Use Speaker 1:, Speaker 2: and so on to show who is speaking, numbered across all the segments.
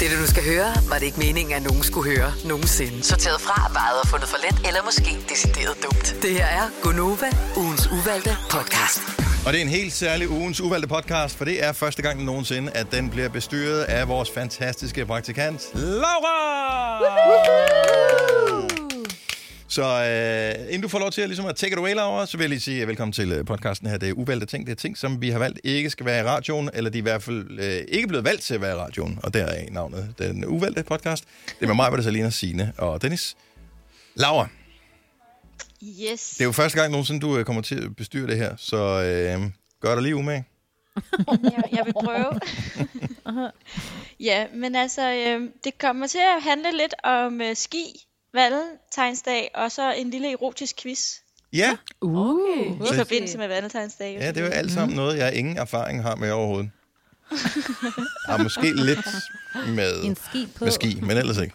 Speaker 1: Det, du nu skal høre, var det ikke meningen, at nogen skulle høre nogensinde.
Speaker 2: Sorteret fra, vejet og fundet for let, eller måske decideret dumt.
Speaker 1: Det her er Gonova, ugens uvalgte podcast.
Speaker 3: Og det er en helt særlig ugens uvalgte podcast, for det er første gang nogensinde, at den bliver bestyret af vores fantastiske praktikant, Laura! Så øh, inden du får lov til at, ligesom at take it away, Laura, så vil jeg lige sige øh, velkommen til øh, podcasten her. Det er uvalgte ting. Det er ting, som vi har valgt ikke skal være i radioen, eller de er i hvert fald øh, ikke blevet valgt til at være i radioen, og der er navnet den uvalgte podcast. Det er med mig, hvor det er Salina, Signe og Dennis. Laura,
Speaker 4: Yes.
Speaker 3: det er jo første gang nogensinde, du øh, kommer til at bestyre det her, så øh, gør dig lige umage.
Speaker 4: jeg, jeg vil prøve. ja, men altså, øh, det kommer til at handle lidt om øh, ski, valentinsdag, og så en lille erotisk quiz
Speaker 3: Ja,
Speaker 5: Okay.
Speaker 4: i forbindelse med valentinsdag.
Speaker 3: ja det Mhm. er jo alt sammen noget, jeg ingen erfaring har med overhovedet. Og måske lidt med,
Speaker 5: En ski på.
Speaker 3: med ski, men ellers ikke.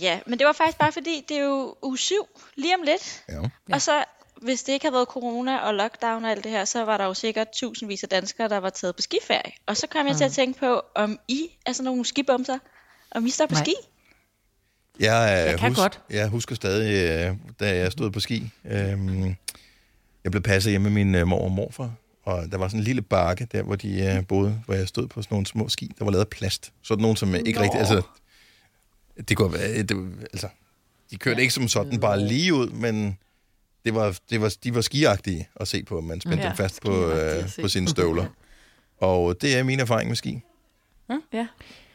Speaker 4: ja, men det var faktisk bare fordi, det er jo uge 7 lige om lidt,
Speaker 3: Ja.
Speaker 4: ja. og så hvis det ikke havde været corona og lockdown og alt det her, så var der jo sikkert tusindvis af danskere, der var taget på skiferie. Og så kom jeg til at tænke på, om I er sådan nogle skibomser, om I står på
Speaker 5: Nej.
Speaker 4: ski?
Speaker 3: Jeg, øh,
Speaker 5: Jeg kan
Speaker 3: hus-
Speaker 5: godt.
Speaker 3: Jeg husker stadig, øh, da jeg stod på ski. øhm, Jeg blev passet hjemme med min øh, mor og morfar, og der var sådan en lille bakke der, hvor de øh, boede, hvor jeg stod på sådan nogle små ski, der var lavet af plast. Sådan nogle, som øh, ikke rigtig... Altså, det kunne, være- det, altså, de kørte ikke som sådan bare lige ud, men det var, det var, de var skiagtige at se på. Man spændte
Speaker 6: Ja,
Speaker 3: ja, dem fast på,
Speaker 6: skiagtige
Speaker 3: øh,
Speaker 6: at se
Speaker 3: på sine
Speaker 6: på.
Speaker 3: støvler. Og det er min erfaring med ski.
Speaker 6: Ja.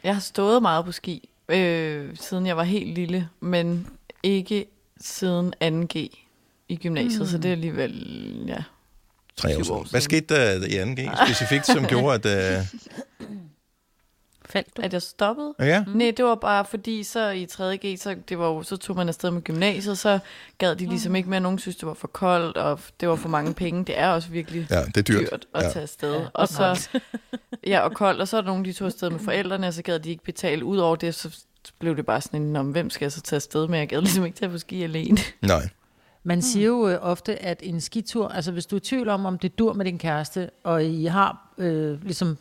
Speaker 6: Jeg har stået meget på ski, øh, siden jeg var helt lille, men ikke siden 2G i gymnasiet, mm. så det er alligevel, ja.
Speaker 3: Tre år
Speaker 6: Syv år
Speaker 3: siden. Hvad
Speaker 6: siden.
Speaker 3: skete der i 2G specifikt, som gjorde, at... Øh,
Speaker 5: Faldt du?
Speaker 6: At jeg stoppede?
Speaker 3: ja?
Speaker 6: Mm. Nej, det var bare fordi, så i 3.G, så, det var jo, så tog man afsted med gymnasiet, så gad de ligesom ikke mere, nogen synes, det var for koldt, og f- det var for mange penge. Det er også virkelig
Speaker 3: Ja, det er dyrt.
Speaker 6: dyrt at
Speaker 3: Ja.
Speaker 6: tage afsted. Ja, og så, ja, og koldt, og så er der nogen, de tog afsted med forældrene, og så gad de ikke betale. Udover det, så blev det bare sådan en, om hvem skal jeg så tage afsted med? Jeg gad ligesom ikke tage på ski alene.
Speaker 3: Nej. Mm.
Speaker 7: Man siger jo øh, ofte, at en skitur, altså hvis du er i tvivl om, om det dur med din kæreste, og I har øh, ligesom,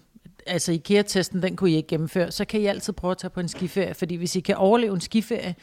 Speaker 7: altså IKEA-testen, den kunne I ikke gennemføre, så kan I altid prøve at tage på en skiferie, fordi hvis I kan overleve en skiferie,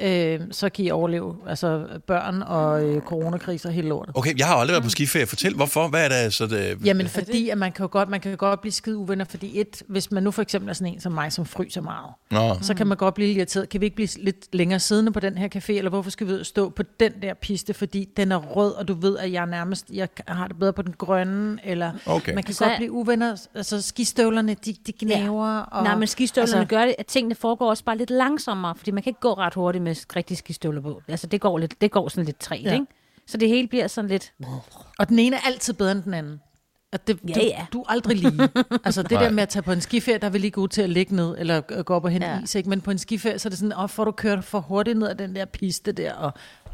Speaker 7: øh, så kan I overleve altså børn og øh, coronakriser og hele lortet.
Speaker 3: Okay, jeg har aldrig været på skiferie. Fortæl, hvorfor? Hvad er det så det...
Speaker 7: Jamen fordi, at man kan jo godt, man kan jo godt blive skide uvenner, fordi et, hvis man nu for eksempel er sådan en som mig, som fryser meget,
Speaker 3: Nå,
Speaker 7: så kan man godt blive lidt irriteret. Kan vi ikke blive lidt længere siddende på den her café, eller hvorfor skal vi ud og stå på den der piste, fordi den er rød, og du ved, at jeg nærmest jeg har det bedre på den grønne, eller
Speaker 3: Okay.
Speaker 7: man kan
Speaker 5: Så-
Speaker 7: så, godt blive uvenner. Altså skistøvlerne, de, de gnaver. Ja. Og,
Speaker 5: Nej, men skistøvlerne altså...
Speaker 7: altså-
Speaker 5: gør det, at tingene foregår også bare lidt langsommere, fordi man kan ikke gå ret hurtigt med rigtig skistøvler på. Altså, det går, lidt, det går sådan lidt træt, ja.
Speaker 7: Ja.
Speaker 5: ikke? Så det hele bliver sådan lidt...
Speaker 7: og den ene er altid bedre end den anden. Og det,
Speaker 5: Ja,
Speaker 7: du,
Speaker 5: ja.
Speaker 7: du er aldrig lige. Altså det
Speaker 3: Nej.
Speaker 7: der med at tage på en skiferie, der er vi lige gode til at ligge ned, eller øh, gå op og hente
Speaker 5: Ja.
Speaker 7: ja. is, ikke? men på en skiferie, så er det sådan, åh, får du kørt for hurtigt ned ad den der piste der, og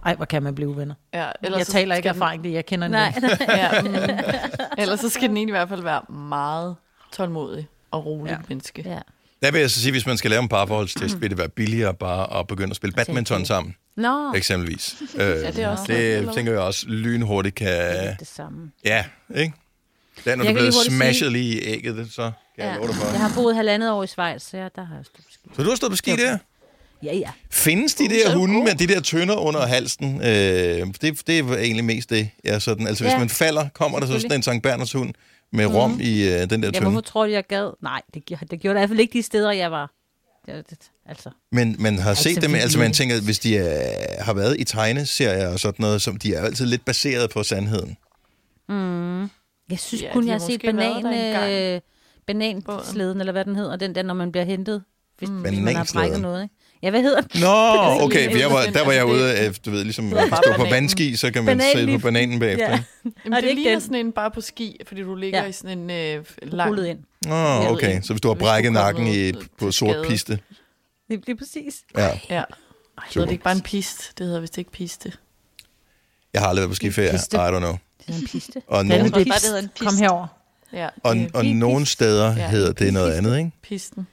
Speaker 7: ej, hvor kan man blive uvenner.
Speaker 6: Ja,
Speaker 7: Ellers jeg
Speaker 6: så
Speaker 7: taler ikke
Speaker 6: skal den-
Speaker 7: erfaring, det jeg kender en
Speaker 5: Nej,
Speaker 7: ven.
Speaker 6: Ja, mm, ellers så skal den egentlig i hvert fald være meget tålmodig og rolig ja.
Speaker 7: Ja.
Speaker 6: menneske.
Speaker 5: ja.
Speaker 3: der vil jeg så sige, hvis man skal lave en parforholdstest, vil det være billigere bare at begynde at spille badminton sammen,
Speaker 5: Nå, ikke.
Speaker 3: eksempelvis. Øh,
Speaker 6: det er også lidt,
Speaker 3: det
Speaker 6: eller
Speaker 3: tænker jeg også lynhurtigt kan...
Speaker 5: det samme.
Speaker 3: Ja, ikke? Der, når du
Speaker 5: Jeg kan
Speaker 3: bliver
Speaker 5: lige hurtigt
Speaker 3: smashet lige i ægget, det- så kan jeg
Speaker 5: Ja.
Speaker 3: love dig
Speaker 5: Jeg
Speaker 3: for.
Speaker 5: har boet halvandet år i Schweiz, så jeg, der har jeg stået på ski.
Speaker 3: Så du har stået på ski der?
Speaker 5: Ja, ja.
Speaker 3: Findes
Speaker 5: Uh,
Speaker 3: de der hunde med de der tønder under halsen? Øh, det, det er egentlig mest det. Ja, sådan. Altså, hvis
Speaker 5: Ja, Mhm.
Speaker 3: man falder, kommer der så sådan en Sankt Berners hund med rom i øh, den der
Speaker 5: Ja,
Speaker 3: tønde.
Speaker 5: hvorfor tror du, jeg gad? Nej, det, gi- det gjorde det i hvert fald ikke de steder, jeg var. Det, det, altså,
Speaker 3: Men man har set
Speaker 5: så
Speaker 3: dem,
Speaker 5: vildt
Speaker 3: altså man
Speaker 5: lille.
Speaker 3: tænker, hvis de er, har været i tegneserier og sådan noget, som de er jo altid lidt baseret på sandheden.
Speaker 5: Mm. jeg synes
Speaker 6: Ja,
Speaker 5: ja, kun,
Speaker 6: de
Speaker 5: jeg
Speaker 6: har
Speaker 5: har set
Speaker 6: måske været
Speaker 5: banan,
Speaker 6: der engang.
Speaker 5: øh, banansleden, eller hvad den hedder, den der, når man bliver hentet, hvis, mm. hvis man har
Speaker 3: Banansleden.
Speaker 5: brækket noget. Ikke? Ja, hvad hedder den?
Speaker 3: Nå,
Speaker 6: sådan
Speaker 3: okay,
Speaker 6: lidt
Speaker 3: for jeg var, der var jeg
Speaker 6: altså,
Speaker 3: ude
Speaker 6: det-
Speaker 3: af, du ved, ligesom
Speaker 6: var
Speaker 3: man kan
Speaker 6: bare
Speaker 3: stå på
Speaker 6: bananen.
Speaker 3: vandski, så kan man sidde på
Speaker 5: Bananlift.
Speaker 3: bananen bagefter.
Speaker 5: Ja.
Speaker 6: Jamen,
Speaker 5: Og
Speaker 6: det,
Speaker 5: det er
Speaker 6: det
Speaker 5: ikke
Speaker 6: ligner
Speaker 5: den.
Speaker 6: sådan en bare på ski, fordi du ligger ja.
Speaker 5: Ja.
Speaker 6: i sådan en øh, lang...
Speaker 5: Rullet ind.
Speaker 3: Nå,
Speaker 6: ved
Speaker 3: okay,
Speaker 6: ikke,
Speaker 3: så hvis du har
Speaker 6: hvis du
Speaker 3: brækket
Speaker 6: kommer
Speaker 3: nakken i,
Speaker 6: til
Speaker 3: på sort
Speaker 6: skade.
Speaker 3: piste.
Speaker 5: Det bliver præcis.
Speaker 3: Ja.
Speaker 6: Ja. Ej, hedder
Speaker 3: Super.
Speaker 6: det ikke bare en pist? Det hedder vist ikke piste.
Speaker 3: Jeg har aldrig været på skiferie, I
Speaker 7: Piste.
Speaker 3: don't know.
Speaker 5: Det er en piste.
Speaker 3: Og,
Speaker 7: Ja,
Speaker 3: nogen,
Speaker 7: det er
Speaker 4: bare, det hedder en
Speaker 7: pist. Kom
Speaker 4: pist.
Speaker 7: herover.
Speaker 6: Ja,
Speaker 3: og,
Speaker 6: det er
Speaker 3: og
Speaker 6: pi-
Speaker 3: nogle steder
Speaker 6: Ja,
Speaker 3: hedder det noget andet, ikke?
Speaker 6: Pisten.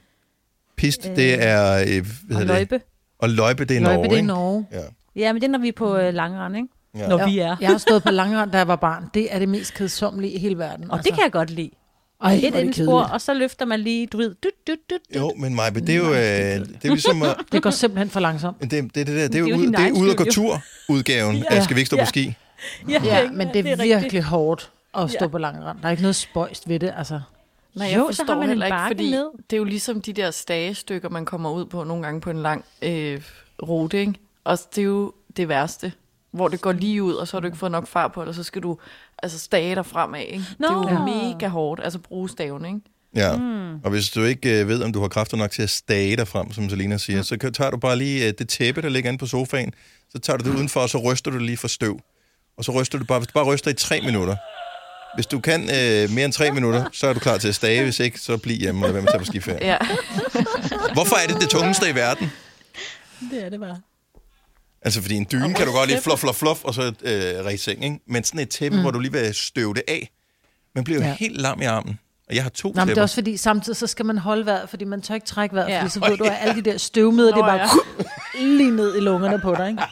Speaker 3: Pist, det er... øh, Hvad
Speaker 5: Og
Speaker 3: hedder det?
Speaker 5: løjpe.
Speaker 3: Og løjpe, det er
Speaker 7: Løjpe,
Speaker 3: Norge,
Speaker 7: det er
Speaker 3: ikke?
Speaker 7: Norge.
Speaker 3: Ja.
Speaker 5: Ja, men det er, når vi er på øh, langrand, ikke?
Speaker 3: Ja.
Speaker 5: Når vi er.
Speaker 7: Jeg har stået på langrand, da jeg var barn. Det er det mest kedsommelige i hele verden. altså.
Speaker 5: Og det kan jeg godt lide.
Speaker 8: Ej,
Speaker 5: Et
Speaker 8: hvor er det
Speaker 5: indspor,
Speaker 8: kedeligt.
Speaker 5: og så løfter man lige, du ved, dut, dut, dut.
Speaker 3: Jo, men Majbe, det er jo, øh, det er jo ligesom at,
Speaker 7: Det går simpelthen for langsomt.
Speaker 3: det, det, det, der, det er
Speaker 5: jo
Speaker 3: jo
Speaker 5: din
Speaker 3: ud, det er
Speaker 5: egen
Speaker 3: ud og gå
Speaker 5: skyld,
Speaker 3: tur-udgaven ja. af Skal vi ikke stå ja. på ski?
Speaker 5: Ja,
Speaker 7: Ja, men det er,
Speaker 5: rigtigt.
Speaker 7: virkelig hårdt at stå
Speaker 5: Ja.
Speaker 7: ja. på lang rand. Der er ikke noget spøjst ved det, altså.
Speaker 6: Nej,
Speaker 5: Jo,
Speaker 6: jeg
Speaker 5: så
Speaker 6: forstår
Speaker 5: har man en
Speaker 6: heller ikke,
Speaker 5: bakke
Speaker 6: fordi
Speaker 5: ned.
Speaker 6: det er jo ligesom de der stagestykker, man kommer ud på nogle gange på en lang øh, rute, ikke? Og det er jo det værste, hvor det går lige ud, og så har du ikke fået nok far på, og så skal du altså stage dig fremad, ikke?
Speaker 5: Nå.
Speaker 6: Det er jo mega hårdt, altså bruge staven, ikke?
Speaker 3: Ja, mm. og hvis du ikke øh, ved, om du har kræfter nok til at stage dig frem, som Selina siger, mm. så kan- tager du bare lige øh, det tæppe, der ligger inde på sofaen, så tager du det udenfor, og så ryster du det lige for støv. Og så ryster du bare, hvis du bare ryster i tre minutter. Hvis du kan øh, mere end tre minutter, så er du klar til at stage. Hvis ikke, så bliv hjemme og lad være med at tage på skiferie.
Speaker 6: Ja.
Speaker 3: Hvorfor er det det tungeste i verden?
Speaker 8: Det er det bare.
Speaker 3: Altså, fordi en dyne kan du godt lige fluff, fluff, fluff, og så øh, ræse seng, ikke? Men sådan et tæppe, mm. hvor du lige vil støve det af, man bliver jo ja.
Speaker 7: Ja.
Speaker 3: helt lam i armen. Og jeg har to
Speaker 7: Nå, men det
Speaker 3: tæpper.
Speaker 7: er også fordi, samtidig så skal man holde vejret, fordi man tør ikke trække vejret,
Speaker 5: Ja.
Speaker 7: ja. fordi så ved du, at alle de der støvmider, det er bare lige ned i lungerne på dig, ikke?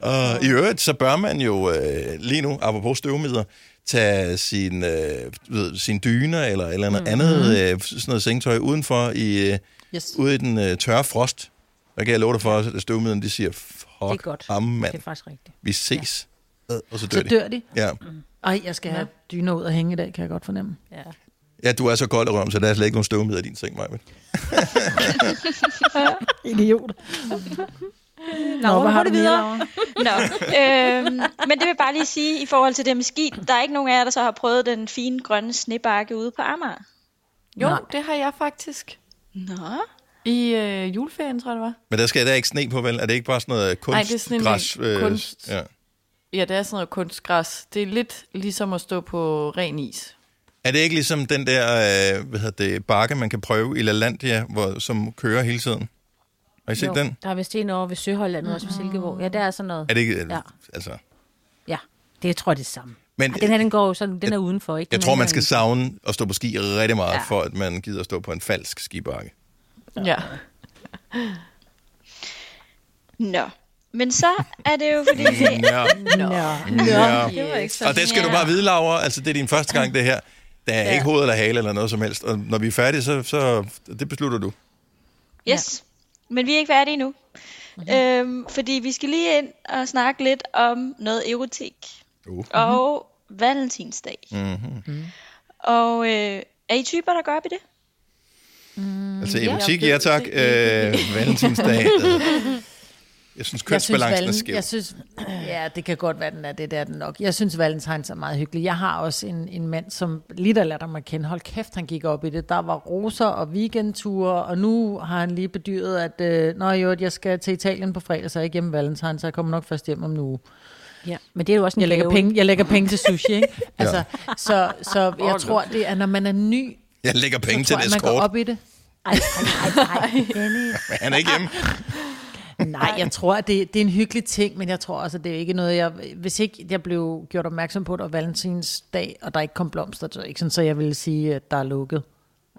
Speaker 3: Og i øvrigt, så bør man jo øh, lige nu, apropos støvmider, tage sin, øh, du ved, sin dyner eller, eller noget mm. andet øh, sådan noget sengetøj udenfor i, øh,
Speaker 7: Yes.
Speaker 3: ude i den øh, tørre frost. Der kan jeg love dig for, at støvmiderne de siger,
Speaker 5: Det er
Speaker 3: fuck
Speaker 5: godt.
Speaker 3: ham, mand,
Speaker 5: Det er faktisk rigtigt.
Speaker 3: vi ses. Ja. Og så dør,
Speaker 7: Så
Speaker 3: de.
Speaker 7: dør de.
Speaker 3: Ja.
Speaker 7: Ej, jeg skal have dyner ud og hænge i dag, kan jeg godt fornemme.
Speaker 5: Ja.
Speaker 3: ja, du er så kold i røven, så der er slet ikke nogen støvmider i din seng, Maja.
Speaker 7: Idiot. Nå, Nå
Speaker 5: hvor
Speaker 7: hvad
Speaker 5: går
Speaker 7: har
Speaker 5: det
Speaker 7: du mere,
Speaker 5: videre?
Speaker 7: Laura?
Speaker 4: Nå, øhm, men det vil jeg bare lige sige i forhold til det med ski. Der er ikke nogen af jer, der så har prøvet den fine grønne snebakke ude på Amager.
Speaker 6: Jo, Nej. det har jeg faktisk.
Speaker 4: Nå,
Speaker 6: I øh, juleferien, tror jeg, det var.
Speaker 3: Men der skal der er ikke sne på, vel? Er det ikke bare sådan noget kunst?
Speaker 6: Nej, det er sådan en
Speaker 3: græs,
Speaker 6: lille kunst.
Speaker 3: Ja.
Speaker 6: Ja, det er sådan noget kunstgræs. Det er lidt ligesom at stå på ren is.
Speaker 3: Er det ikke ligesom den der øh, hvad hedder det, bakke, man kan prøve i LaLandia, hvor, som kører hele tiden? Har I set
Speaker 5: Jo,
Speaker 3: den?
Speaker 5: Der er vist en over ved Søholland, mm. også ved Silkeborg. Ja, der er sådan noget.
Speaker 3: Er det ikke, ja.
Speaker 5: Ja.
Speaker 3: altså,
Speaker 5: Ja, det jeg tror jeg det er det samme.
Speaker 3: men
Speaker 5: Ja, den her, den går jo sådan, den er udenfor, ikke? Den
Speaker 3: jeg tror,
Speaker 5: er
Speaker 3: man skal
Speaker 5: herinde.
Speaker 3: savne at stå på ski rigtig meget, ja.
Speaker 5: Ja.
Speaker 3: for at man gider at stå på en falsk skibakke.
Speaker 6: Ja. ja.
Speaker 4: nå. Men så er det jo fordi... Det,
Speaker 3: Ja. Ja.
Speaker 4: det var ikke så
Speaker 3: Og det skal du bare vide, Laura. Altså, det er din første gang, det her. Der er ja. ikke hoved eller hale eller noget som helst. Og når vi er færdige, så, så det beslutter du.
Speaker 4: Yes. Ja. Men vi er ikke færdige endnu. Mm-hmm. Øhm, fordi vi skal lige ind og snakke lidt om noget erotik.
Speaker 3: Uh.
Speaker 4: Og valentinsdag. Mm-hmm. Og øh, er I typer, der går op i det?
Speaker 3: Altså
Speaker 6: ja.
Speaker 3: erotik,
Speaker 6: Jeg
Speaker 3: ja
Speaker 6: ved
Speaker 3: tak.
Speaker 6: det
Speaker 3: Øh, valentinsdag. Altså, jeg synes,
Speaker 7: Jeg synes,
Speaker 3: kønsbalancen er
Speaker 7: valen-
Speaker 3: skæv.
Speaker 7: Jeg synes, ja, det kan godt være, den er det, der den nok. Jeg synes, Valentines er meget hyggelig. Jeg har også en, en mand, som lige der lader mig kende. Hold kæft, han gik op i det. Der var roser og weekendture, og nu har han lige bedyret, at øh, Nå, jo, at jeg skal til Italien på fredag, så er jeg ikke hjemme Valentines, så jeg kommer nok først hjem om en uge.
Speaker 5: Ja, men det er jo også en
Speaker 7: Jeg lægger,
Speaker 5: gave.
Speaker 7: penge, jeg lægger penge til sushi, ikke? Altså, så, så jeg tror, det er, når man er ny,
Speaker 3: Jeg lægger penge
Speaker 7: så
Speaker 3: til
Speaker 7: tror jeg,
Speaker 3: det
Speaker 7: man går
Speaker 3: skort.
Speaker 7: op i det.
Speaker 5: Ej, ej, ej, ej, Dennis.
Speaker 3: Han er ikke hjemme.
Speaker 7: Nej, jeg tror, at det, det er en hyggelig ting, men jeg tror også, at det er ikke noget, jeg... Hvis ikke jeg blev gjort opmærksom på, at det var valentinsdag, og der ikke kom blomster, så, ikke sådan, så jeg ville sige, at der er lukket.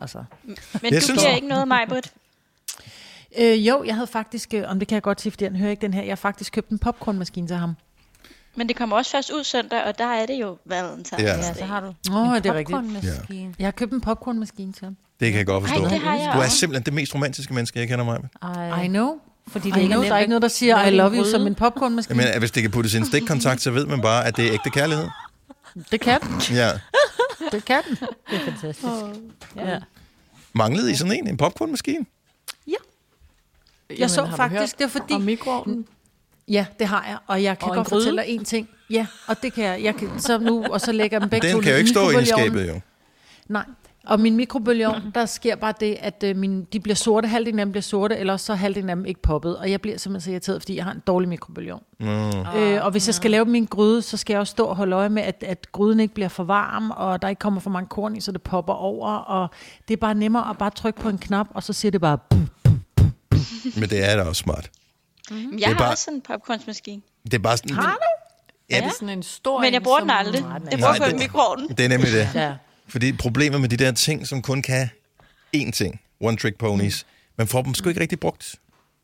Speaker 7: Altså.
Speaker 4: Men
Speaker 3: Jeg
Speaker 4: du
Speaker 3: synes-
Speaker 4: giver ikke noget, Majbrit.
Speaker 7: Øh, jo, jeg havde faktisk... øh, Om det kan jeg godt sige, fordi han hører ikke den her. Jeg har faktisk købt en popcornmaskine til ham.
Speaker 4: Men det kommer også først ud søndag, og der er det jo valentinsdag.
Speaker 3: Ja.
Speaker 5: Ja, så har du
Speaker 7: Åh, oh, det er rigtigt.
Speaker 5: popcornmaskine.
Speaker 7: Jeg har købt en popcornmaskine til ham.
Speaker 3: Det kan jeg godt forstå.
Speaker 4: Ej, det har jeg
Speaker 3: du er
Speaker 4: også.
Speaker 3: simpelthen det mest romantiske menneske, jeg kender mig.
Speaker 5: Ej,
Speaker 7: I know.
Speaker 5: fordi
Speaker 7: I
Speaker 5: det ikke
Speaker 7: know,
Speaker 5: nemt
Speaker 7: der er
Speaker 5: at
Speaker 7: ikke noget, der siger,
Speaker 5: lave
Speaker 7: I
Speaker 5: din
Speaker 7: love you
Speaker 5: gryde.
Speaker 7: som en popcornmaskine.
Speaker 3: Men hvis det kan puttes i en stikkontakt, så ved man bare, at det er ægte kærlighed.
Speaker 7: Det kan den.
Speaker 3: Ja.
Speaker 7: Det kan den.
Speaker 5: Det er fantastisk. Ja.
Speaker 3: Manglede I sådan en? En popcornmaskine?
Speaker 7: så faktisk, det er fordi-
Speaker 6: Og mikroovnen.
Speaker 7: Ja, det har jeg, og jeg kan
Speaker 5: Og en
Speaker 7: godt
Speaker 5: gryde.
Speaker 7: fortælle dig en ting. Ja, og det kan jeg. jeg kan, så nu, og så lægger jeg dem begge
Speaker 3: Den
Speaker 7: to
Speaker 3: kan jo ikke stå i
Speaker 7: mikrobølgeovnen.
Speaker 3: skabet, jo.
Speaker 7: Nej. Og min mikrobølgeovn, der sker bare det, at øh, min, de bliver sorte, halvdelen af dem bliver sorte, eller også så er halvdelen af dem ikke poppet. Og jeg bliver simpelthen så irriteret, fordi jeg har en dårlig mikrobølgeovn. Mm. Øh, og hvis jeg skal lave min gryde, så skal jeg også stå og holde øje med, at, at gryden ikke bliver for varm, og der ikke kommer for mange korn i, så det popper over. Og det er bare nemmere at bare trykke på en knap, og så siger det bare... "Pum."
Speaker 3: Men det er da også smart.
Speaker 4: Men
Speaker 3: Det
Speaker 4: Jeg
Speaker 3: er
Speaker 4: har
Speaker 3: bare-
Speaker 4: også sådan en popcornmaskine.
Speaker 3: Det er bare sådan... Har du? Ja,
Speaker 6: Er det sådan en stor
Speaker 4: Men jeg
Speaker 6: en,
Speaker 4: bruger den
Speaker 6: som-
Speaker 4: aldrig.
Speaker 3: Nej,
Speaker 4: Jeg bruger
Speaker 3: det-
Speaker 4: kun mikroovnen.
Speaker 3: det er nemlig det.
Speaker 7: Ja.
Speaker 3: Fordi problemet med de der ting, som kun kan én ting, one trick ponies, man får dem sgu ikke rigtig brugt.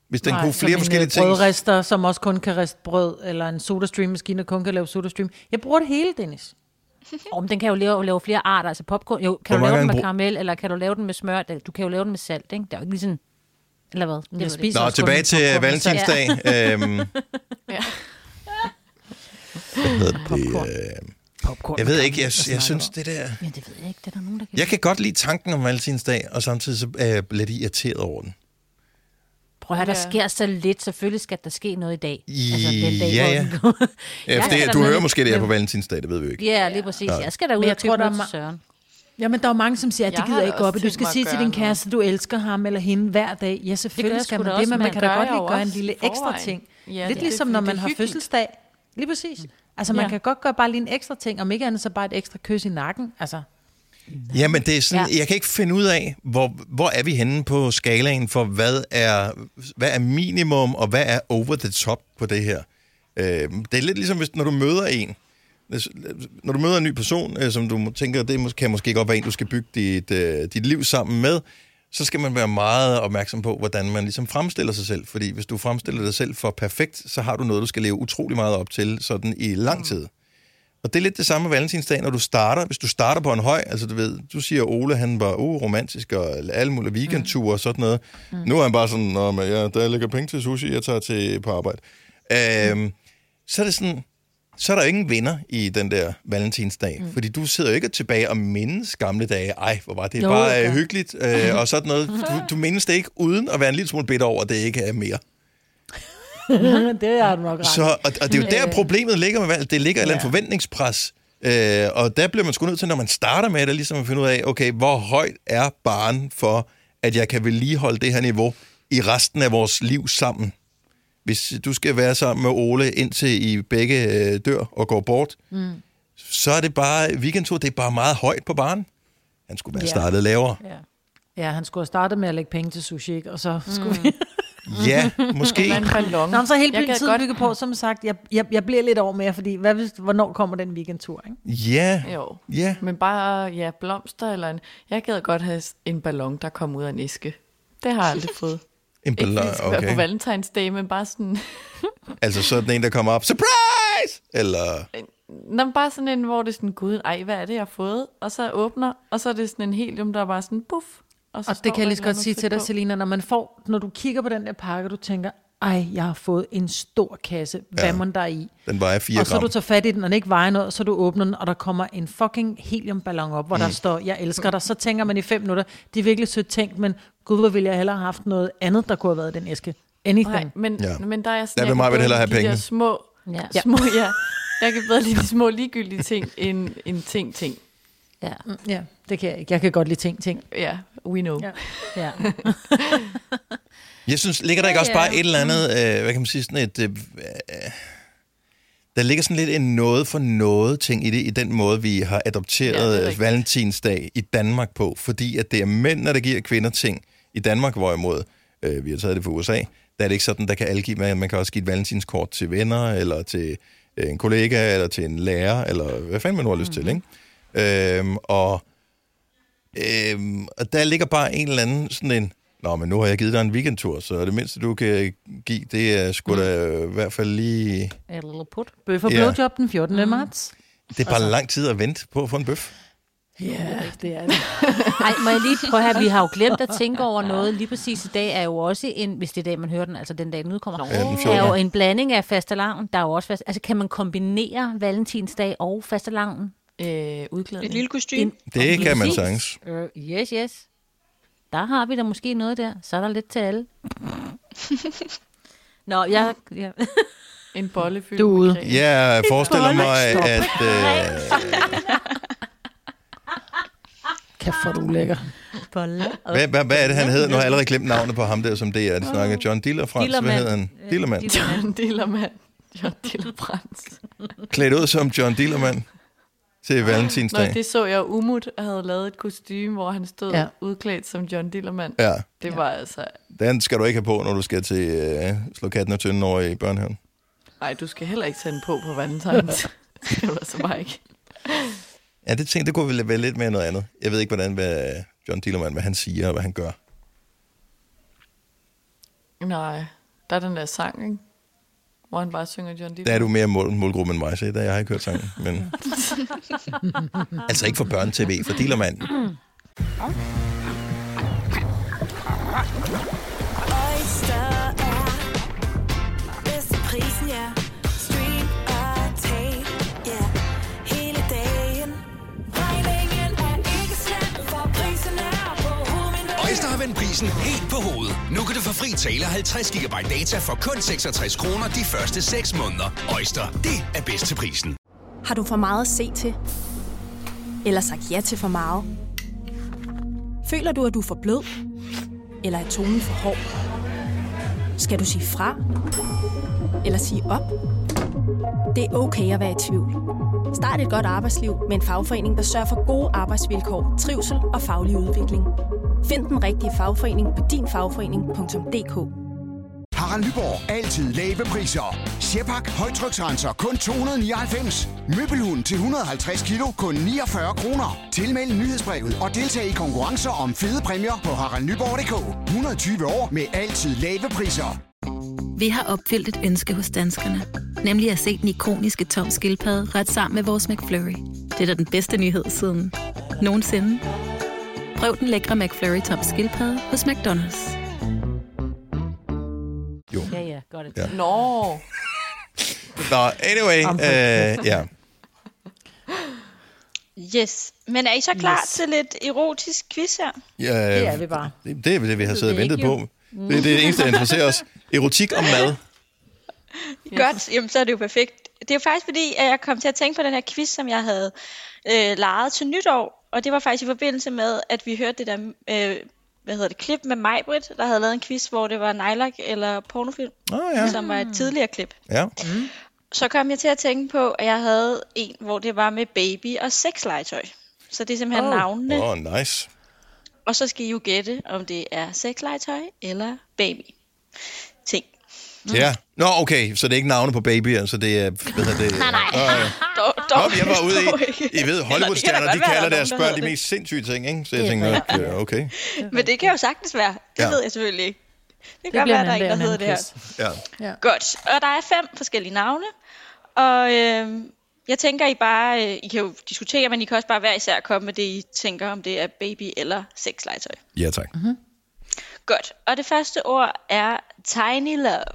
Speaker 3: Hvis den kunne flere
Speaker 7: øh,
Speaker 3: forskellige ting...
Speaker 7: Brødrester, som også kun kan riste brød, eller en sodastream-maskine, der kun kan lave sodastream. Jeg bruger det hele, Dennis.
Speaker 5: Om den kan jo lave, lave flere arter, altså popcorn. Jo,
Speaker 3: Hvor
Speaker 5: kan du
Speaker 3: mange
Speaker 5: lave
Speaker 3: gange
Speaker 5: den med
Speaker 3: brug-
Speaker 5: karamel, eller kan du lave den med smør? Eller Du kan jo lave den med salt, ikke? Det er jo ikke lige sådan... Eller hvad? Jeg,
Speaker 7: Jeg
Speaker 5: ved det
Speaker 7: spiser
Speaker 3: Nå,
Speaker 7: også kun
Speaker 3: tilbage
Speaker 7: en
Speaker 3: til øh,
Speaker 7: popcorn med
Speaker 3: valentinsdag. øhm,
Speaker 6: Ja.
Speaker 3: hvad hedder det, øh,
Speaker 5: popcorn.
Speaker 3: jeg ved ikke, jeg, jeg synes det der...
Speaker 5: Ja, det ved jeg ikke. Det er der nogen, der kan...
Speaker 3: Jeg kan godt lide tanken om valentinsdag, og samtidig så er jeg lidt irriteret over den.
Speaker 5: Prøv at høre, der
Speaker 6: Ja.
Speaker 5: sker så lidt. Selvfølgelig skal der ske noget i dag.
Speaker 3: Ja, ja.
Speaker 5: hvor den går.
Speaker 3: Ja, for
Speaker 5: skal
Speaker 3: det,
Speaker 5: da
Speaker 3: du
Speaker 5: med-
Speaker 3: hører måske det her på valentinsdag, det ved vi jo ikke.
Speaker 5: Ja, lige præcis. Jeg skal da ud
Speaker 7: Men jeg
Speaker 5: og købe
Speaker 7: tror, der
Speaker 5: noget
Speaker 7: er
Speaker 5: til
Speaker 7: ma-
Speaker 5: Søren.
Speaker 7: Ja, men der er jo mange, som siger, at
Speaker 6: Jeg
Speaker 7: det
Speaker 6: har
Speaker 7: gider jeg
Speaker 6: da
Speaker 7: ikke
Speaker 6: også
Speaker 7: op, du
Speaker 6: tænkt
Speaker 7: skal
Speaker 6: mig at
Speaker 7: sige til
Speaker 6: gøre
Speaker 7: din
Speaker 6: noget.
Speaker 7: kæreste, du elsker ham eller hende hver dag. Ja,
Speaker 5: Det gør
Speaker 7: selvfølgelig
Speaker 5: jeg
Speaker 7: skal
Speaker 5: sgu
Speaker 7: man
Speaker 5: da
Speaker 7: det,
Speaker 5: også,
Speaker 7: men man
Speaker 5: men
Speaker 7: kan
Speaker 5: det
Speaker 7: da
Speaker 5: gør
Speaker 7: godt
Speaker 5: jeg
Speaker 7: lige
Speaker 6: jo
Speaker 7: gøre en
Speaker 6: også i
Speaker 7: lille ekstra
Speaker 6: forvejen.
Speaker 7: ting.
Speaker 6: Ja, det
Speaker 7: Lidt
Speaker 6: er
Speaker 7: ligesom,
Speaker 6: fordi
Speaker 7: når
Speaker 6: det er
Speaker 7: man har
Speaker 6: hyggeligt.
Speaker 7: fødselsdag. Lige præcis. Altså, man
Speaker 6: Ja.
Speaker 7: kan godt gøre bare lige en ekstra ting, om ikke andet så bare et ekstra kys i nakken. Altså,
Speaker 3: Ja, men det er sådan, ja.
Speaker 5: Ja.
Speaker 3: jeg kan ikke finde ud af, hvor, hvor er vi henne på skalaen for, hvad er, hvad er minimum, og hvad er over the top på det her. Øh, det er lidt ligesom, hvis, når du møder en. Hvis- Når du møder en ny person, øh, som du må- tænker, det mås- kan måske godt være en, du skal bygge dit, øh, dit liv sammen med, så skal man være meget opmærksom på, hvordan man ligesom fremstiller sig selv. Fordi hvis du fremstiller dig selv for perfekt, så har du noget, du skal leve utrolig meget op til sådan i lang tid. Og det er lidt det samme med valentinsdag, når du starter. Hvis du starter på en høj, altså du ved, du siger, Ole han var uh, romantisk og alle mulige weekendture og sådan noget. Mm. Nu er han bare sådan, Nå, men ja, der ligger penge til sushi, jeg tager til på arbejde. Øhm, så er det sådan, så er der jo ingen vinder i den der valentinsdag. Mm. Fordi du sidder jo ikke tilbage og mindes gamle dage. Ej, hvor var det
Speaker 5: Jo,
Speaker 3: jo, bare
Speaker 5: det
Speaker 3: øh,
Speaker 5: gør.
Speaker 3: hyggeligt øh, og sådan noget. Du, du mindes det ikke uden at være en lille smule bitter over, at det ikke er mere.
Speaker 7: det er nok ret.
Speaker 3: Så, og, og det er jo der, problemet ligger med valg. Det ligger ja. et eller andet forventningspres. Øh, og der bliver man sgu nødt til, når man starter med det, ligesom at finde ud af, okay, hvor højt er barn for, at jeg kan vedligeholde det her niveau i resten af vores liv sammen? Hvis du skal være sammen med Ole, indtil I begge øh, dør og går bort, mm. så er det bare, weekendtur, det er bare meget højt på barn. Han skulle være
Speaker 7: Ja.
Speaker 3: startet lavere.
Speaker 7: Ja. ja, han skulle have startet med at lægge penge til sushi, ikke? og så skulle mm. vi...
Speaker 3: Ja, måske.
Speaker 6: Eller en ballon.
Speaker 7: Nå, men så helt
Speaker 6: Jeg
Speaker 7: byen
Speaker 6: gad
Speaker 7: tiden
Speaker 6: godt-
Speaker 7: godt... bygge på, som sagt, jeg, jeg, jeg bliver lidt over mere, fordi hvad hvis, hvornår kommer den weekendtur, ikke?
Speaker 3: Ja,
Speaker 6: Jo.
Speaker 3: ja.
Speaker 6: Men bare, ja, blomster eller en... Jeg gad godt have en ballon, der kom ud af en æske. Det har jeg aldrig fået.
Speaker 3: En
Speaker 6: Ikke fordi
Speaker 3: ballon,
Speaker 6: det skal være på
Speaker 3: okay.
Speaker 6: Valentinsdag, men bare sådan...
Speaker 3: Altså sådan en, der kommer op, surprise! Eller...
Speaker 6: Nå, men bare sådan en, hvor det er sådan, gud, ej, hvad er det, jeg har fået? Og så åbner, og så er det sådan en helium, der er bare sådan, buff. så
Speaker 7: Og
Speaker 6: står
Speaker 7: det kan
Speaker 6: der
Speaker 7: jeg
Speaker 6: et
Speaker 7: lige så
Speaker 6: eller
Speaker 7: godt
Speaker 6: andet
Speaker 7: sige
Speaker 6: fedt
Speaker 7: til dig,
Speaker 6: på.
Speaker 7: Selina, når man får, når du kigger på den der pakke, du tænker, ej, jeg har fået en stor kasse, hvad
Speaker 3: Ja.
Speaker 7: ja. man der er i.
Speaker 3: Den vejer 4
Speaker 7: Og så
Speaker 3: gram.
Speaker 7: du tager fat i den, og den ikke vejer noget, og så du åbner den, og der kommer en fucking heliumballon op, hvor mm. der står, jeg elsker dig. Så tænker man i fem minutter, det er virkelig sødt tænkt, men gud, hvor ville jeg hellere have haft noget andet, der kunne have været i den æske. Anything.
Speaker 6: Nej, men,
Speaker 3: Ja.
Speaker 6: ja. men der er jeg
Speaker 3: Der
Speaker 6: sådan,
Speaker 3: vil mig vel
Speaker 6: bedre
Speaker 3: hellere have
Speaker 6: lide de
Speaker 3: penge.
Speaker 6: der små,
Speaker 5: Ja.
Speaker 6: ja. små, ja. Jeg kan bedre lide de små ligegyldige ting, end, end ting, ting.
Speaker 5: Ja.
Speaker 7: Mm, Ja, det kan jeg ikke. Jeg kan godt lide ting, ting.
Speaker 6: Ja, we know. Ja.
Speaker 7: Ja. Ja.
Speaker 3: Jeg synes, ligger der ikke også bare et eller andet, øh, hvad kan man sige, sådan et... Øh, øh, der ligger sådan lidt en noget for noget ting i det, i den måde, vi har
Speaker 6: Ja, det er
Speaker 3: adopteret ja,
Speaker 6: rigtigt.
Speaker 3: valentinsdag i Danmark på, fordi at det er mænd, der giver kvinder ting. I Danmark, hvorimod øh, vi har taget det fra USA, der er det ikke sådan, der kan alle give, man man kan også give et valentinskort til venner, eller til øh, en kollega, eller til en lærer, eller hvad fanden man nu har lyst mm-hmm. til, ikke? Øhm, og... Øhm, og der ligger bare en eller anden sådan en, Nå, men nu har jeg givet dig en weekendtur, så det mindste, du kan give, det er sgu da øh, i hvert fald lige...
Speaker 5: A little put.
Speaker 7: Bøf og
Speaker 3: Ja.
Speaker 7: blowjob den 14. Mm. marts.
Speaker 3: Det er
Speaker 5: Altså.
Speaker 3: bare lang tid at vente på at få en bøf. øh,
Speaker 7: Ja, det er det.
Speaker 5: Ej, må jeg lige prøve her, vi har jo glemt at tænke over noget. Lige præcis i dag er jo også en, hvis det er i dag, man hører den, altså den dag, den udkommer,
Speaker 3: Ja, den
Speaker 5: er jo
Speaker 3: 14..
Speaker 5: en blanding af fastelavn, der er jo også fast, altså kan man kombinere valentinsdag og fastelavn?
Speaker 6: Øh, udklædning.
Speaker 4: Et lille kostume.
Speaker 3: Det kan man
Speaker 5: Præcis.
Speaker 3: sagtens.
Speaker 5: Øh, yes, yes. Der har vi da måske noget der, så er der lidt til alle. Nå, jeg... Ja.
Speaker 6: En bolle fyldt
Speaker 7: Du er
Speaker 6: med
Speaker 7: ude.
Speaker 5: øh,
Speaker 6: creme.
Speaker 3: Jeg forestiller mig, at... Øh,
Speaker 7: Kæft, hvor er du lækker.
Speaker 3: hvad, hvad, hvad er det, han hed? Nu har jeg allerede glemt navnet på ham der, som det er. Det snakker John Diller fra. Hvad
Speaker 5: Dillermand. Øh,
Speaker 3: hedder han? Dillermand.
Speaker 6: John Dillermand. John Dillerbrand.
Speaker 3: Klædt ud som John Dillermand
Speaker 5: Ah,
Speaker 3: til
Speaker 6: Nå,
Speaker 3: Valentinsdag.
Speaker 6: det så jeg umut, havde lavet et kostume, hvor han stod
Speaker 7: Ja.
Speaker 6: ja. udklædt som John Dillermand.
Speaker 3: Ja,
Speaker 6: Det var altså...
Speaker 3: den skal du ikke have på, når du skal til øh, slå katten og tynden over i børnehaven.
Speaker 6: Nej, du skal heller ikke tage den på på valentines. det skal du altså bare ikke.
Speaker 3: Ja, det tænkte, det kunne vel være lidt mere noget andet. Jeg ved ikke, hvordan hvad John Dillermand, hvad han siger og hvad han gør.
Speaker 6: Nej, der er den der sang, ikke? hvor han bare synger John Deep.
Speaker 3: Der er du mere mål, målgruppen end mig, så der jeg har ikke hørt sangen. Men... altså ikke for børne-tv, for dealermand.
Speaker 9: Oyster er bedst til prisen, ja. Stream og tag, ja. Hele dagen. Regningen er ikke slem, for prisen er på
Speaker 10: Øjster har vendt prisen helt på hovedet. Nu kan du få fri tale 50 GB data for kun 66 kroner de første 6 måneder. Øjster, det er bedst til prisen.
Speaker 11: Har du for meget at se til? Eller sagt ja til for meget? Føler du, at du er for blød? Eller er tonen for hård? Skal du sige fra? Eller sige op? Det er okay at være i tvivl. Start et godt arbejdsliv med en fagforening, der sørger for gode arbejdsvilkår, trivsel og faglig udvikling. Find den rigtige fagforening på dinfagforening.dk
Speaker 12: Harald Nyborg. Altid lave priser. Sjehpak. Højtryksrenser. Kun 299. Møbelhund til 150 kilo. Kun 49 kroner. Tilmeld nyhedsbrevet og deltag i konkurrencer om fede præmier på haraldnyborg.dk. 120 år med altid lave priser.
Speaker 13: Vi har opfyldt et ønske hos danskerne. Nemlig at se den ikoniske tom skildpadde ret sammen med vores McFlurry. Det er da den bedste nyhed siden nogensinde. Prøv den lækre McFlurry tom skildpadde hos McDonald's.
Speaker 3: Jo.
Speaker 5: Ja, ja, godt.
Speaker 3: Ja.
Speaker 6: Nå,
Speaker 3: Nå, anyway.
Speaker 6: Amfo.
Speaker 3: Øh, ja.
Speaker 4: Yes. Men er I så klar yes. til lidt erotisk quiz her?
Speaker 3: ja
Speaker 4: Det er vi bare.
Speaker 3: Det, det er det, vi har
Speaker 4: Det
Speaker 3: siddet og
Speaker 4: ved vi
Speaker 3: ventet
Speaker 4: ikke,
Speaker 3: på. Det er det eneste, der interesserer os. Erotik og mad.
Speaker 4: Godt, jamen så er det jo perfekt. Det er jo faktisk fordi, at jeg kom til at tænke på den her quiz, som jeg havde øh, lejet til nytår. Og det var faktisk i forbindelse med, at vi hørte det der, øh, hvad hedder det, klip med Majbrit, der havde lavet en quiz, hvor det var Nylak eller pornofilm,
Speaker 3: oh, ja.
Speaker 4: som var et tidligere klip.
Speaker 3: Ja.
Speaker 4: Så kom jeg til at tænke på, at jeg havde en, hvor det var med baby og sexlegetøj. Så det er simpelthen oh. navnene.
Speaker 3: Åh, oh, nice.
Speaker 4: Og så skal I jo gætte, om det er sexlegetøj eller baby. Ting.
Speaker 3: Ja. Nå, okay, så det er ikke navne på babyer, så det er... Hvad hedder det?
Speaker 4: Nej, nej.
Speaker 3: Nå, ja.
Speaker 4: Dog,
Speaker 3: Nå, jeg var ude
Speaker 4: dog
Speaker 3: i,
Speaker 4: ikke.
Speaker 3: I ved,
Speaker 4: Eller
Speaker 3: Hollywood-stjerner,
Speaker 4: det
Speaker 3: de
Speaker 4: kan da
Speaker 3: kalder
Speaker 4: godt være,
Speaker 3: deres
Speaker 4: der er nogen,
Speaker 3: børn de
Speaker 4: der hedder
Speaker 3: mest sindssyge ting, ikke? Så jeg
Speaker 4: Det er
Speaker 3: tænker,
Speaker 4: rigtigt.
Speaker 3: okay, okay.
Speaker 4: Men det kan jo sagtens være. Det
Speaker 3: Ja.
Speaker 4: ja. ved jeg selvfølgelig ikke. Det
Speaker 7: Det
Speaker 4: kan godt
Speaker 7: bliver
Speaker 4: være,
Speaker 7: en
Speaker 4: der er
Speaker 7: anden
Speaker 4: en, der
Speaker 7: dag
Speaker 4: hedder
Speaker 7: og en
Speaker 4: det her.
Speaker 7: anden
Speaker 3: Ja.
Speaker 7: Ja.
Speaker 4: Godt. Og der er fem forskellige navne. Og øh, jeg tænker, I bare... Øh, I kan jo diskutere, men I kan også bare hver især komme med det, I tænker, om det er baby eller sexlegetøj.
Speaker 3: Ja, tak.
Speaker 4: Øh, Godt. Og det første ord er tiny love.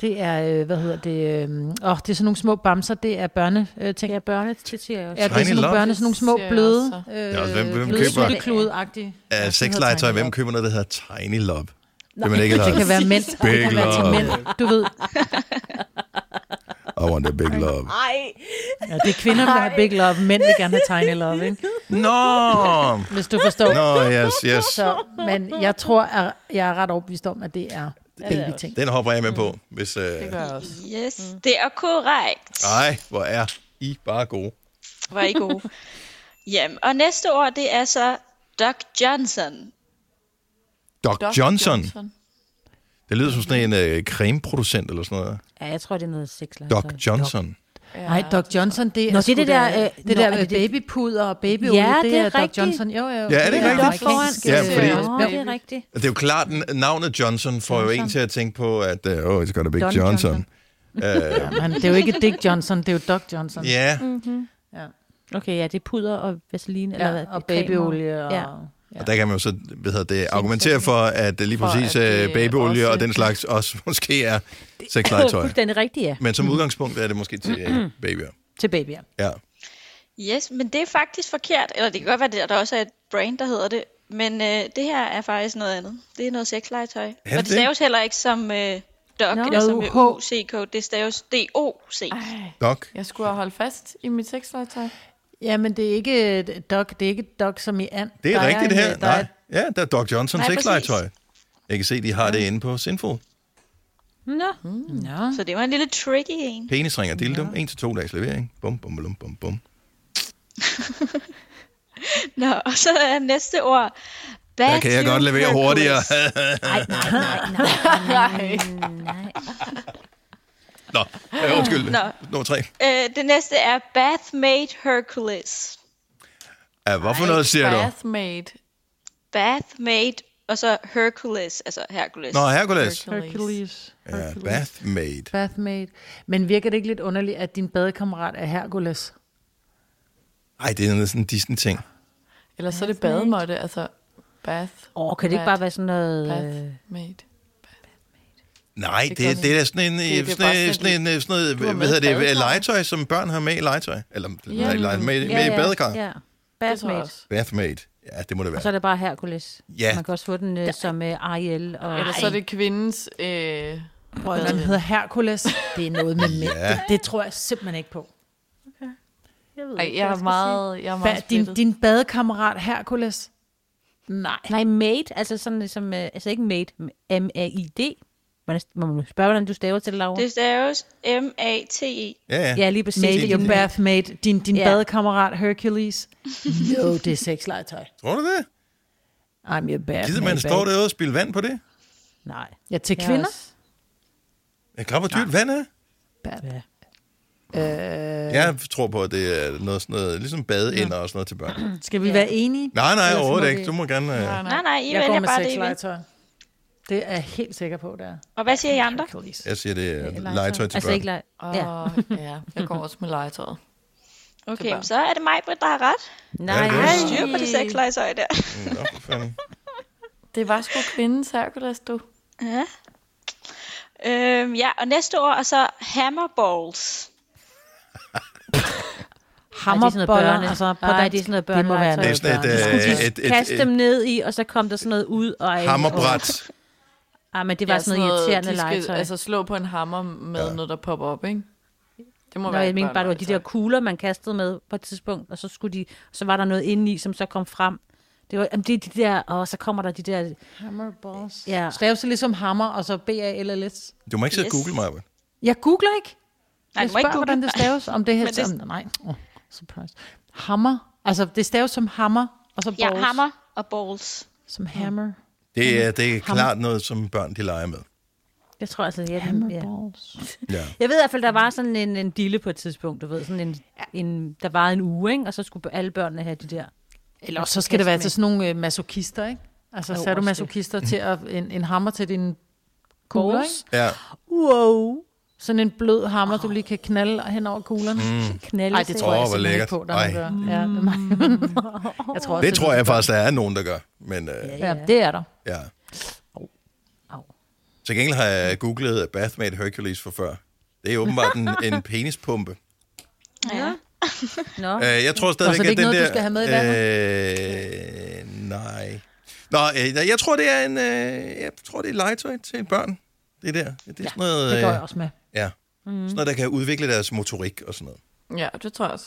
Speaker 7: Det er, øh, hvad hedder det, øh, åh, det er sådan nogle små bamser, det er børne, øh, ting. Ja, børne, det siger jeg
Speaker 5: også.
Speaker 7: Ja, det er
Speaker 3: Tiny
Speaker 7: sådan nogle
Speaker 3: love.
Speaker 7: børne, sådan nogle små
Speaker 6: Det siger jeg
Speaker 7: bløde,
Speaker 6: også.
Speaker 7: øh,
Speaker 3: Ja, altså, hvem- hvem
Speaker 7: bløde
Speaker 3: køber-
Speaker 7: sutteklude-agtige. Ja,
Speaker 3: Af sexlegetøj, hvem køber noget, der hedder Tiny Love? Nej,
Speaker 7: det, ikke det kan være mænd, det
Speaker 3: Big
Speaker 7: kan være til
Speaker 3: love.
Speaker 7: mænd, du ved.
Speaker 3: I want a big love.
Speaker 7: Ja, det er kvinder, der har big love, mænd vil gerne have tiny love, ikke?
Speaker 3: Nå!
Speaker 7: Hvis du forstår.
Speaker 3: Nå, yes, yes.
Speaker 7: Så, men jeg tror, at jeg er ret overbevist om, at det er babyting.
Speaker 3: Den hopper jeg med på, hvis... Øh...
Speaker 6: det gør jeg også.
Speaker 4: Yes, mm. det er korrekt.
Speaker 3: Ej, hvor er I bare gode.
Speaker 4: Var I gode? Jamen, og næste ord, det er så Doc Johnson.
Speaker 3: Doc,
Speaker 6: Doc
Speaker 3: Johnson. Det lyder som sådan en øh, cremeproducent eller sådan noget.
Speaker 4: Altså,
Speaker 5: Ja, jeg tror, det er noget sexlegetøj.
Speaker 3: Doc Johnson.
Speaker 7: Nej, Doc Johnson, det er
Speaker 5: Nå,
Speaker 7: sgu
Speaker 5: det er det der,
Speaker 7: da-
Speaker 5: øh,
Speaker 7: det
Speaker 5: nå,
Speaker 7: der
Speaker 5: er
Speaker 7: med
Speaker 5: det det-
Speaker 7: babypuder og babyol,
Speaker 5: Ja,
Speaker 7: det,
Speaker 5: det er
Speaker 7: er Doc
Speaker 5: rigtigt.
Speaker 7: Johnson. Jo, jo. Ja,
Speaker 3: er det rigtigt?
Speaker 5: Doc foran.
Speaker 7: amerikansk,
Speaker 3: Ja,
Speaker 7: øh,
Speaker 3: fordi-
Speaker 5: Nå, det er rigtigt.
Speaker 3: Og Det er jo klart, n- navnet Johnson får jo en til at tænke på, at øh, oh, it's gonna be
Speaker 5: Don
Speaker 3: Johnson. Johnson.
Speaker 5: Johnson.
Speaker 3: Øh,
Speaker 7: Men det er jo ikke Dick Johnson, det er jo Doc Johnson.
Speaker 3: ja,
Speaker 5: Okay, ja, det er puder og vaseline. eller hvad,
Speaker 7: Ja, og
Speaker 5: creme
Speaker 7: babyolie og...
Speaker 5: Ja.
Speaker 3: og der kan man jo så hvad hedder det, argumentere for, at øh, lige
Speaker 6: For,
Speaker 3: præcis
Speaker 6: at det
Speaker 3: øh, babyolie og
Speaker 6: også-
Speaker 3: den slags også måske er sexlegetøj.
Speaker 5: Fuldstændig rigtigt, ja.
Speaker 3: Men som udgangspunkt er det måske til øh, babyer.
Speaker 7: Til babyer.
Speaker 3: Ja.
Speaker 4: Yes, men det er faktisk forkert. Eller det kan godt være, at der også er et brand, der hedder det. Men øh, det her er faktisk noget andet. Det er noget sexlegetøj. Er
Speaker 3: det
Speaker 4: og det
Speaker 3: det?
Speaker 4: staves heller ikke som øh, Doc,
Speaker 5: Nå.
Speaker 4: eller som øh,
Speaker 7: J-U-H.
Speaker 4: UCK. Det staves D-O-C.
Speaker 3: Doc.
Speaker 6: Jeg skulle have holdt fast i mit sexlegetøj.
Speaker 7: Ja, men det er ikke øh, Doc, det er ikke Doc som i and.
Speaker 3: Det er
Speaker 7: Der
Speaker 3: rigtigt det
Speaker 7: en,
Speaker 3: her.
Speaker 7: øh, Der er,
Speaker 3: Nej. Ja, der er Doc Johnson
Speaker 4: Nej,
Speaker 3: sexlegetøj. Jeg kan se, de har det inde på Sinfo.
Speaker 5: Nå.
Speaker 7: Nå.
Speaker 4: Så det var en lille tricky en.
Speaker 3: Penisring og dildo. En til to dages levering. Bum, bum, bum, bum, bum.
Speaker 4: Nå, og så er næste ord.
Speaker 3: Der kan jeg godt levere hurtigere.
Speaker 5: Nej, nej, nej, nej.
Speaker 6: Nej.
Speaker 3: Nå, øh, undskyld.
Speaker 4: Nå.
Speaker 3: Nummer tre.
Speaker 4: Øh, det næste er Bathmate Hercules.
Speaker 3: Ja, hvorfor noget siger du?
Speaker 6: Bathmate.
Speaker 4: Bathmate og så Hercules, altså Hercules.
Speaker 3: Nå, Hercules.
Speaker 7: Hercules.
Speaker 3: Ja, Bathmaid.
Speaker 7: Bathmaid. Men virker det ikke lidt underligt, at din badekammerat er Hercules?
Speaker 3: Ej, det er noget sådan en Disney-ting.
Speaker 6: Eller så er det bademåtte, altså bath.
Speaker 5: Åh, kan det ikke bare være sådan noget... øh,
Speaker 3: Øh.
Speaker 6: Bath, mate.
Speaker 3: Nej, det,
Speaker 6: Det gør
Speaker 3: det, det er da sådan en,
Speaker 6: Det- det er
Speaker 3: det,
Speaker 6: bare
Speaker 3: sådan, en,
Speaker 6: sådan
Speaker 3: sådan, en, øh, sådan noget,
Speaker 6: Du har
Speaker 3: hvad hedder
Speaker 6: med
Speaker 3: det,
Speaker 6: badekar.
Speaker 3: legetøj, som børn har med i legetøj. Eller
Speaker 5: Ja.
Speaker 3: yeah. med, med,
Speaker 5: Ja,
Speaker 3: med i
Speaker 5: ja,
Speaker 3: badekar.
Speaker 5: Ja, Bathmaid.
Speaker 3: Bathmaid. Ja, det må det
Speaker 5: Og så er
Speaker 3: være.
Speaker 5: det bare Hercules.
Speaker 3: Ja.
Speaker 5: Man kan også få den øh, som øh, Ariel. Og...
Speaker 6: Eller så er det kvindens... Øh,
Speaker 7: Prøv at den hedder Hercules. Det er noget med mænd.
Speaker 6: Ja.
Speaker 7: ja. Det tror jeg simpelthen ikke på.
Speaker 5: Jeg,
Speaker 6: Ej, jeg er meget, jeg er meget
Speaker 7: Ba- din,
Speaker 6: splittet.
Speaker 7: din badekammerat Hercules? Nej.
Speaker 5: Nej, maid, altså sådan som, øh, altså ikke maid, M-A-I-D. Man må man spørge, hvordan du staver til, Laura?
Speaker 4: Det staves M-A-T-E.
Speaker 5: Ja, lige præcis.
Speaker 7: Made
Speaker 5: Det er
Speaker 7: your
Speaker 5: det.
Speaker 7: bathmate, din, din
Speaker 5: Ja.
Speaker 7: yeah. badekammerat Hercules. No, det er sexlegetøj.
Speaker 3: Tror du det?
Speaker 7: I'm your bathmate.
Speaker 3: Gider man stå derude og spille vand på det?
Speaker 7: Nej. Ja, til
Speaker 5: Jeg
Speaker 7: kvinder?
Speaker 3: Jeg klapper dyrt vand af.
Speaker 7: Bad.
Speaker 3: Jeg tror på, at det er noget sådan noget, ligesom badeender og sådan noget til børn.
Speaker 7: Skal vi være enige?
Speaker 3: Nej, nej,
Speaker 7: Ellers må
Speaker 3: overhovedet
Speaker 7: vi-
Speaker 3: ikke. Du må gerne... øh,
Speaker 4: Nej, nej, I
Speaker 7: jeg går
Speaker 4: vælger
Speaker 7: med
Speaker 4: bare det, I vil.
Speaker 7: sexlegetøj. Det er jeg helt sikker på, der.
Speaker 4: Og hvad siger I andre?
Speaker 3: Jeg siger, det er legetøj til
Speaker 7: Altså
Speaker 3: børn.
Speaker 7: ikke lege-
Speaker 6: Ja.
Speaker 7: Ja.
Speaker 6: Og, ja, jeg går også med legetøjet.
Speaker 4: Okay, men så er det mig, Britt, der har ret. Øh,
Speaker 3: Nej.
Speaker 4: Jeg har styr på det sexlegetøj der.
Speaker 3: Nå, for fanden.
Speaker 6: Det var sgu kvindens Hercules, du.
Speaker 4: Ja. Øhm, ja, og næste år er så Hammerballs.
Speaker 5: Hammerboller, altså på
Speaker 7: Ej,
Speaker 5: dansk. Det er sådan noget børne.
Speaker 3: Det er sådan et, øh, et, et,
Speaker 5: Kast dem
Speaker 3: et,
Speaker 5: ned i, og så kom der sådan noget ud. Og
Speaker 3: hammerbræt.
Speaker 5: Ej, men det var sådan noget irriterende legetøj.
Speaker 6: Altså slå på en hammer med ja. noget, der popper op, ikke? Det må
Speaker 5: Nå,
Speaker 6: være
Speaker 5: jeg
Speaker 6: et
Speaker 5: mente bare, det var de der kugler, man kastede med på et tidspunkt, og så, skulle de, så var der noget indeni, som så kom frem. Det var, jamen, det er de der, og så kommer der de der...
Speaker 7: Hammerballs.
Speaker 5: Ja.
Speaker 7: Stav så ligesom hammer, og så B-A-L-L-S.
Speaker 3: Du må ikke sidde og google mig. vel?
Speaker 7: Jeg googler ikke.
Speaker 4: Nej,
Speaker 7: jeg
Speaker 4: du må ikke
Speaker 7: spørger, hvordan
Speaker 4: google.
Speaker 7: det staves, om det her...
Speaker 4: Men det-
Speaker 7: Om, nej, oh, surprise. Hammer. Altså, det staves som hammer, og så balls.
Speaker 4: Ja, hammer og balls.
Speaker 7: Som hammer.
Speaker 3: Det er, det er klart noget, som børn de leger med.
Speaker 5: Jeg tror altså, ja, den, ja.
Speaker 3: Ja.
Speaker 5: Jeg ved i hvert fald, der var sådan en, en dille på et tidspunkt, du ved, sådan en, en, der var en uge, ikke? og så skulle alle børnene have de der.
Speaker 7: Eller også så skal det være til sådan nogle øh, masochister, ikke? Altså,
Speaker 5: Jo,
Speaker 7: så er du
Speaker 5: også
Speaker 7: masochister til at, en, en hammer til din kugler,
Speaker 5: Balls.
Speaker 7: ikke?
Speaker 3: Ja.
Speaker 7: Wow. Sådan en blød hammer, du lige kan knalde hen over kuglerne.
Speaker 3: Mm.
Speaker 7: Knalde Ej, det tror
Speaker 3: Åh,
Speaker 7: jeg
Speaker 3: hvor
Speaker 7: simpelthen ikke
Speaker 3: lækkert.
Speaker 7: på, der er
Speaker 3: Ej.
Speaker 7: nogen, der gør. Ja, det, er mig. jeg tror også,
Speaker 3: Det tror jeg faktisk, der er nogen, der gør. Men, øh,
Speaker 7: Ja, det er der.
Speaker 3: Ja. Til gengæld har jeg googlet Bathmate Hercules for før. Det er åbenbart en, en penispumpe.
Speaker 4: Ja.
Speaker 5: Nå.
Speaker 3: Øh, jeg tror
Speaker 7: Nå, så
Speaker 3: stadigvæk,
Speaker 7: det
Speaker 3: at
Speaker 7: er
Speaker 3: den
Speaker 7: ikke noget,
Speaker 3: der...
Speaker 7: du skal have med i
Speaker 3: øh, nej. Nå, øh, jeg tror, det er en... Øh, jeg tror, det er legetøj til børn. Det der. Det er sådan noget...
Speaker 7: det går
Speaker 3: øh,
Speaker 7: jeg også med.
Speaker 3: Ja. Mm. Sådan noget, der kan udvikle deres motorik og sådan noget.
Speaker 6: Ja, det tror jeg også.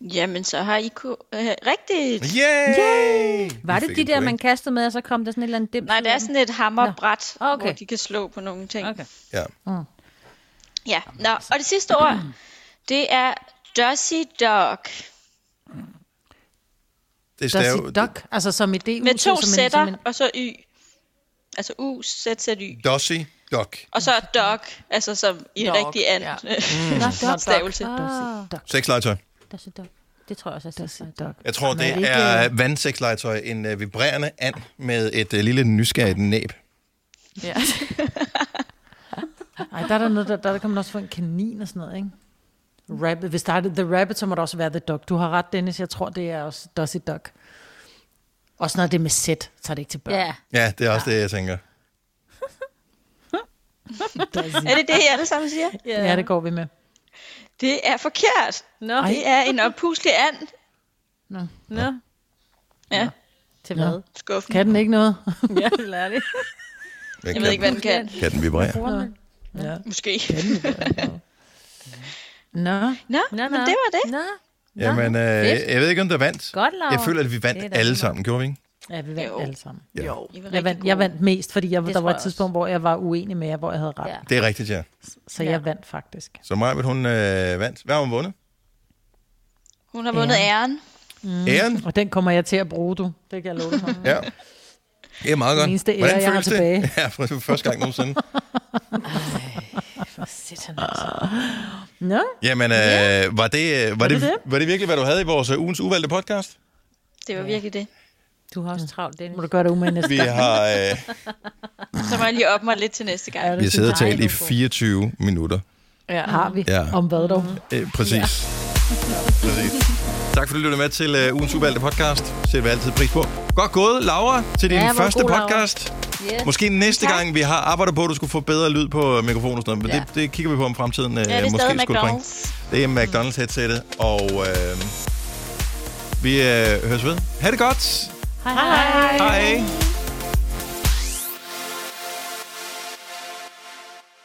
Speaker 4: Jamen, så har I ku... Øh, rigtigt.
Speaker 3: Yay! Yay!
Speaker 5: Var det de der, man kastede med, og så kom der sådan et eller andet dims?
Speaker 4: Nej, det er sådan et hammerbræt,
Speaker 5: Nå. Okay.
Speaker 4: hvor de kan slå på nogle ting. Okay.
Speaker 3: Ja.
Speaker 5: Mm.
Speaker 4: Ja, Nå,
Speaker 7: altså.
Speaker 4: og det sidste ord, det er Dusty Dog.
Speaker 3: Det er
Speaker 7: Der
Speaker 3: stav...
Speaker 7: sit duck, altså som i det
Speaker 4: Med to sætter, og så Y. Altså U, Z, Z, Y.
Speaker 3: Dossi Duck.
Speaker 4: Og så dog, altså som i en
Speaker 5: Dog,
Speaker 4: rigtig and.
Speaker 5: ja.
Speaker 4: øh,
Speaker 5: Nå, dog.
Speaker 4: stavelse.
Speaker 5: Ah.
Speaker 3: Sexlegetøj.
Speaker 5: Der er så dog. Det tror jeg også, jeg er
Speaker 7: dog.
Speaker 3: Jeg tror,
Speaker 5: Men er
Speaker 3: det
Speaker 5: det
Speaker 3: er
Speaker 5: ikke-
Speaker 3: vandsexlegetøj. En øh, vibrerende and med et øh, lille nysgerrigt næb.
Speaker 6: Ja.
Speaker 7: Ej, der er der noget, der, der kan man også få en kanin og sådan noget, ikke? Rabbit. Hvis der er det- The Rabbit, så må der også være The Duck. Du har ret, Dennis. Jeg tror, det er også Dusty Duck. Også når det er med sæt, så er det ikke til børn.
Speaker 5: Ja.
Speaker 3: Ja, det er også ja. det, jeg tænker.
Speaker 4: Er det det, I alle sammen siger?
Speaker 7: Yeah. Ja, det går vi med.
Speaker 4: Det er forkert.
Speaker 5: Nå.
Speaker 4: Det er en oppuslig and.
Speaker 7: Nå.
Speaker 5: Nå.
Speaker 4: Ja.
Speaker 5: Til
Speaker 7: Nå.
Speaker 5: hvad?
Speaker 4: Skuffen.
Speaker 7: Kan den ikke noget?
Speaker 5: Ja, lad det.
Speaker 3: Hvad
Speaker 4: Jeg ved ikke, hvad den kan.
Speaker 3: Kan den vibrere?
Speaker 7: Ja.
Speaker 4: Måske.
Speaker 7: Nå.
Speaker 4: Nå,
Speaker 5: nå,
Speaker 4: men det var det.
Speaker 5: Nå.
Speaker 3: Jamen, øh, jeg,
Speaker 5: fedt.
Speaker 3: jeg ved ikke, om der vandt.
Speaker 5: Godt, Laura.
Speaker 3: Jeg føler, at vi
Speaker 5: Det er
Speaker 3: vandt
Speaker 5: da
Speaker 3: alle
Speaker 5: super.
Speaker 3: sammen, gjorde vi ikke?
Speaker 7: Ja, vi vandt alle sammen.
Speaker 3: Ja.
Speaker 6: Jo.
Speaker 7: Jeg vandt, jeg vandt mest, fordi jeg,
Speaker 5: Det
Speaker 7: der
Speaker 5: tror
Speaker 7: var et
Speaker 5: jeg
Speaker 7: tidspunkt, hvor jeg var uenig med jer, hvor jeg havde ret. Ja.
Speaker 3: Det er rigtigt, ja.
Speaker 7: Så jeg vandt faktisk.
Speaker 3: Så Majbet, hun øh, vandt. Hvad har hun vundet?
Speaker 4: Hun har vundet æren.
Speaker 3: Mm. Æren?
Speaker 7: Og den kommer jeg til at bruge, du. Det kan jeg love dig. for.
Speaker 3: Ja. Det er meget godt.
Speaker 7: Den eneste ære, jeg har
Speaker 3: føles det?
Speaker 7: tilbage.
Speaker 3: Ja, for for første gang nogensinde.
Speaker 7: For satan altså. Nå,
Speaker 3: Jamen, øh, var, det, øh, var,
Speaker 7: det
Speaker 3: det, var det virkelig, hvad du havde i vores øh, ugens uvalgte podcast?
Speaker 4: Det var virkelig det.
Speaker 5: Du har også travlt, Dennis.
Speaker 7: Må du gøre det umage næste
Speaker 3: Vi
Speaker 7: gang.
Speaker 3: har, øh,
Speaker 4: Så må jeg lige op mig lidt til næste gang.
Speaker 3: vi har siddet og talt i 24 minutter.
Speaker 4: Ja.
Speaker 7: Har vi.
Speaker 3: Ja.
Speaker 7: Om hvad dog?
Speaker 3: Øh, præcis. Ja. præcis. Tak fordi du lyttede med til uh, ugens uvalgte podcast. Sætter vi altid pris på. Godt gået, Laura, til din
Speaker 5: Ja, hvor
Speaker 3: første
Speaker 5: god, Laura.
Speaker 3: podcast.
Speaker 5: Yes.
Speaker 3: Måske næste
Speaker 5: Tak.
Speaker 3: gang, vi har arbejdet på, at du skulle få bedre lyd på øh, mikrofonen og sådan noget, men
Speaker 5: Ja.
Speaker 3: det, det kigger vi på om fremtiden øh,
Speaker 5: det er
Speaker 3: måske
Speaker 5: stadig
Speaker 3: skulle bringe.
Speaker 5: McDonald's.
Speaker 3: Det er McDonald's-headsettet, og øh, vi øh, høres ved. Ha' det godt!
Speaker 5: Hej.
Speaker 3: Hej.